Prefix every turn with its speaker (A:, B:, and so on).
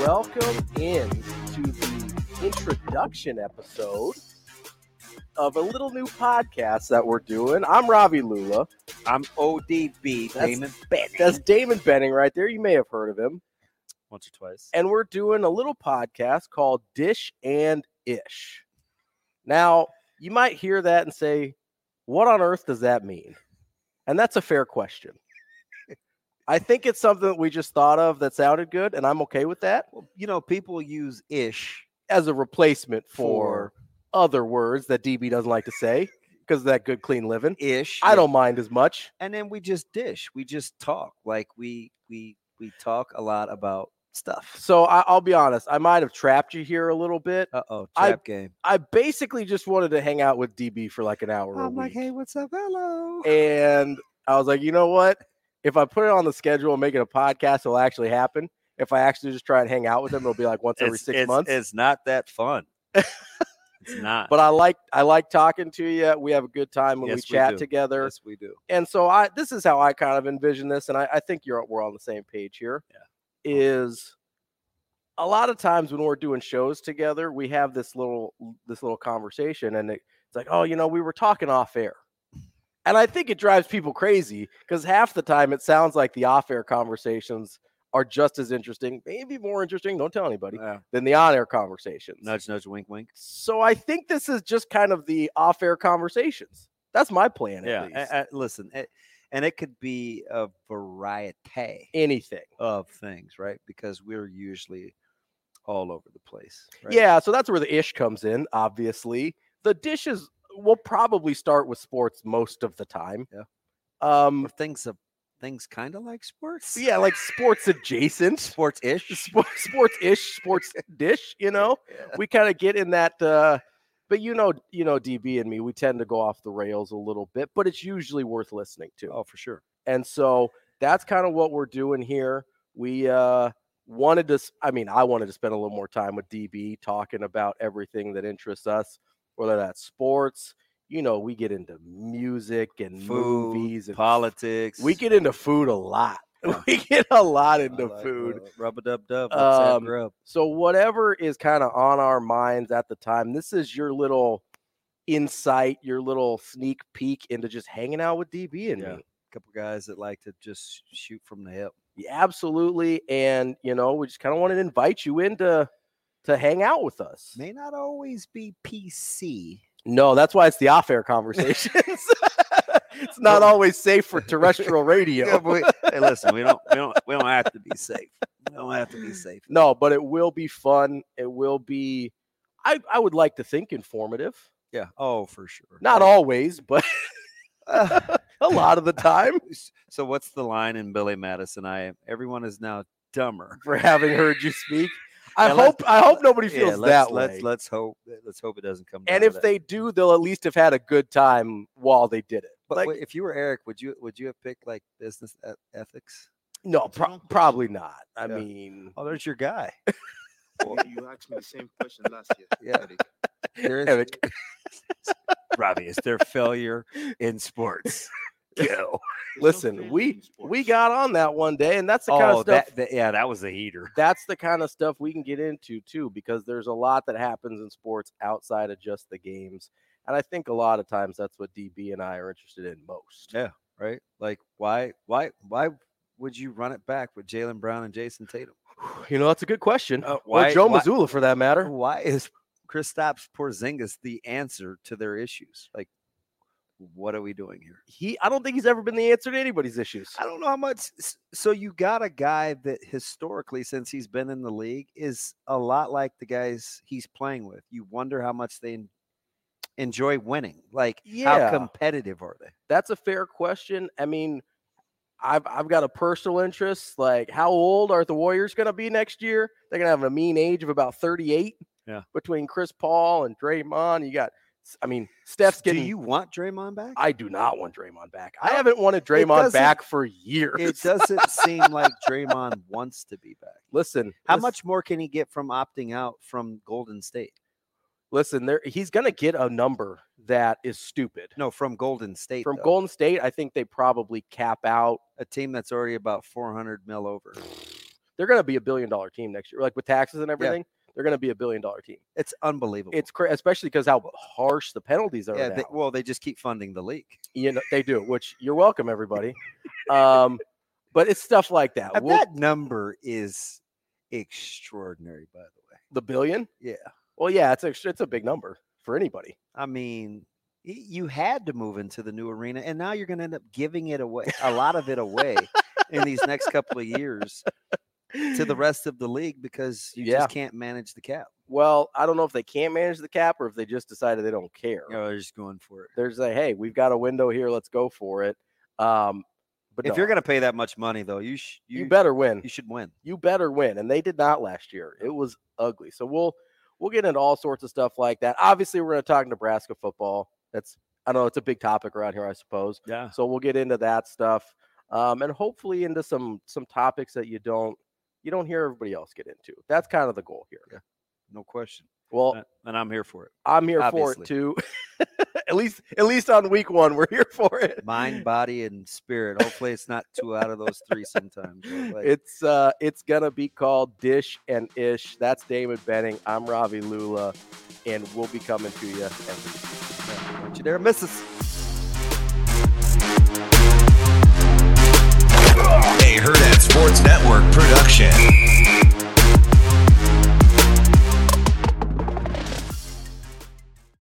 A: welcome in to the introduction episode of a little new podcast that we're doing. I'm Ravi Lula.
B: I'm ODB,
A: That's-
B: Damon Benning.
A: That's Damon Benning right there. You may have heard of him.
B: Once or twice.
A: And we're doing a little podcast called Dish and Ish. Now, you might hear that and say, what on earth does that mean? And that's a fair question. I think it's something that we just thought of that sounded good, and I'm okay with that.
B: Well, you know, people use ish.
A: as a replacement for, other words that DB doesn't like to say because of that good clean living.
B: Ish.
A: I don't mind as much.
B: And then we just dish. We just talk. Like we we we talk a lot about stuff.
A: So I, I'll be honest, I might have trapped you here a little bit.
B: Uh oh,
A: I-
B: trap game.
A: I basically just wanted to hang out with DB for like an hour a
B: I'm like,
A: week.
B: hey, what's up? Hello.
A: And I was like, you know what? If I put it on the schedule and make it a podcast, it'll actually happen. If I actually just try and hang out with them, it'll be like once every six months.
B: It's not that fun. it's not.
A: but I like I like talking to you. We have a good time when
B: Yes,
A: we
B: we
A: chat
B: do.
A: together.
B: yes, we do.
A: and so I this is how I kind of envision this, and I, I think you're we're on the same page here.
B: Yeah.
A: Is a lot of times when we're doing shows together, we have this little this little conversation, and it, it's like, oh, you know, we were talking off air, and I think it drives people crazy because half the time it sounds like the off air conversations are just as interesting, maybe more interesting. Don't tell anybody
B: Yeah.
A: than the on air conversations.
B: nudge, nudge, wink, wink.
A: So I think this is just kind of the off air conversations. That's my plan.
B: Yeah.
A: at
B: a-
A: least.
B: a- listen, it, and it could be a variety.
A: anything.
B: of things, right? Because we're usually all over the place. Right?
A: Yeah, so that's where the ish comes in, obviously. The dishes will probably start with sports most of the time.
B: Yeah.
A: Um
B: Or things of things kind of like sports.
A: yeah, like sports adjacent,
B: Sports ish.
A: sports ish, sports dish, you know. We kind of get in that uh but you know, you know DB and me, we tend to go off the rails a little bit, but it's usually worth listening to.
B: Oh, for sure.
A: And so that's kind of what we're doing here. We uh wanted to s- I mean, I wanted to spend a little more time with DB talking about everything that interests us, whether that's sports, you know, we get into music and
B: Food,
A: movies and
B: Politics.
A: We get into food a lot.
B: Yeah.
A: We get a lot
B: I
A: into
B: like,
A: food.
B: uh, Rub a dub dub.
A: Um, So whatever is kind of on our minds at the time, this is your little insight, your little sneak peek into just hanging out with DB and
B: Yeah.
A: me.
B: couple guys that like to just shoot from the hip.
A: Yeah, absolutely. And you know, we just kind of wanted to invite you in to to hang out with us.
B: May not always be PC.
A: No, that's why it's the off-air conversations. it's not
B: Well-
A: always safe for terrestrial
B: Yeah,
A: radio.
B: but we- hey, listen, we don't, we don't, we don't have to be safe. We don't have to be safe.
A: No, but it will be fun. It will be I, I would like to think informative.
B: Yeah. Oh, for sure.
A: Not
B: Like,
A: always, but a lot of the time
B: S- So what's the line in Billy Madison? I am everyone is now dumber.
A: for having heard you speak. I
B: Yeah, let's-
A: hope I hope nobody
B: Yeah,
A: feels
B: let's,
A: that
B: let's,
A: way.
B: Let's hope let's hope it doesn't come. down
A: and
B: to
A: if
B: that.
A: they do, they'll at least have had a good time while they did it.
B: but
A: like-
B: wait, if you were Eric, would you would you have picked like business eth- ethics?
A: No, pro-
C: Example.
A: probably not. I
B: Yeah.
A: mean,
B: Oh, there's your guy.
C: You, you asked me the same question last year.
B: Yeah.
C: Eric.
B: There is
A: Eric,
B: Robbie. It's their failure in sports. Kill.
C: There's no
A: listen,
C: failure
A: we
C: in
A: we
C: sports.
A: got on that one day, and that's the kind of
B: oh,
A: stuff.
B: that, that yeah, that was a heater.
A: that's the kind of stuff we can get into too, because there's a lot that happens in sports outside of just the games, and I think a lot of times that's what DB and I are interested in most.
B: Yeah. Right? Like why why why would you run it back with Jalen Brown and Jason Tatum?
A: You know, that's a good question.
B: Uh,
A: Why,
B: why-
A: Joe
B: why-
A: Missoula, for that matter.
B: Why is Kristaps Porzingis the answer to their issues? Like, what are we doing here?
A: He, I don't think he's ever been the answer to anybody's issues.
B: I don't know how much. s- So you got a guy that historically, since he's been in the league, is a lot like the guys he's playing with. You wonder how much they en- enjoy winning. Like,
A: Yeah.
B: how competitive are they?
A: That's a fair question. I mean, I've I've got a personal interest. Like, how old are the Warriors going to be next year? They're going to have a mean age of about thirty-eight.
B: Yeah.
A: Between Chris Paul and Draymond, you got. s- I mean, Steph's
B: Do
A: getting.
B: you want Draymond back?
A: I do not want Draymond back. I
B: I don't-
A: haven't wanted Draymond
B: doesn't-
A: back for years.
B: it doesn't seem like Draymond wants to be back.
A: listen,
B: How
A: lis-
B: much more can he get from opting out from Golden State?
A: Listen, there he's going to get a number that is stupid.
B: No, from Golden State.
A: From
B: though.
A: Golden State, I think they probably cap out.
B: a team that's already about 400 mil over.
A: They're going to be a billion dollar team next year, like with taxes and everything. They're going to be a billion dollar team.
B: It's unbelievable.
A: It's cra- especially because how harsh the penalties are.
B: yeah, they,
A: now.
B: well, they just keep funding the league.
A: you know they do. Which you're welcome, everybody. um, but it's stuff like that.
B: And
A: We'll-
B: that number is extraordinary, by the way.
A: the billion.
B: Yeah.
A: Well, yeah, it's a it's a big number for anybody.
B: I mean, y- you had to move into the new arena, and now you're going to end up giving it away, a lot of it away in these next couple of years to the rest of the league because you
A: Yeah.
B: just can't manage the cap.
A: Well, I don't know if they can't manage the cap or if they just decided they don't care.
B: Oh, they're just going for it.
A: They're just like, hey, we've got a window here. Let's go for it. Um, but
B: If
A: no,
B: you're going to pay that much money, though, uh you, sh-
A: you better win.
B: you should win.
A: you better win and they did not last year it was ugly so we'll we'll get into all sorts of stuff like that obviously we're going to talk nebraska football that's i know it's a big topic around here i suppose
B: Yeah.
A: so we'll get into that stuff um, and hopefully into some some topics that you don't you don't hear everybody else get into that's kind of the goal here
B: Yeah. No question.
A: well
B: Uh, And I'm here for it.
A: i'm here for
B: obviously.
A: it too at least at least on week one we're here for it
B: Mind, body, and spirit. Hopefully, it's not two out of those three sometimes. but, like,
A: it's uh it's gonna be called dish and ish that's david benning i'm ravi lula and we'll be coming to you every
B: don't you dare miss us.
D: A Herd at Sports Network production.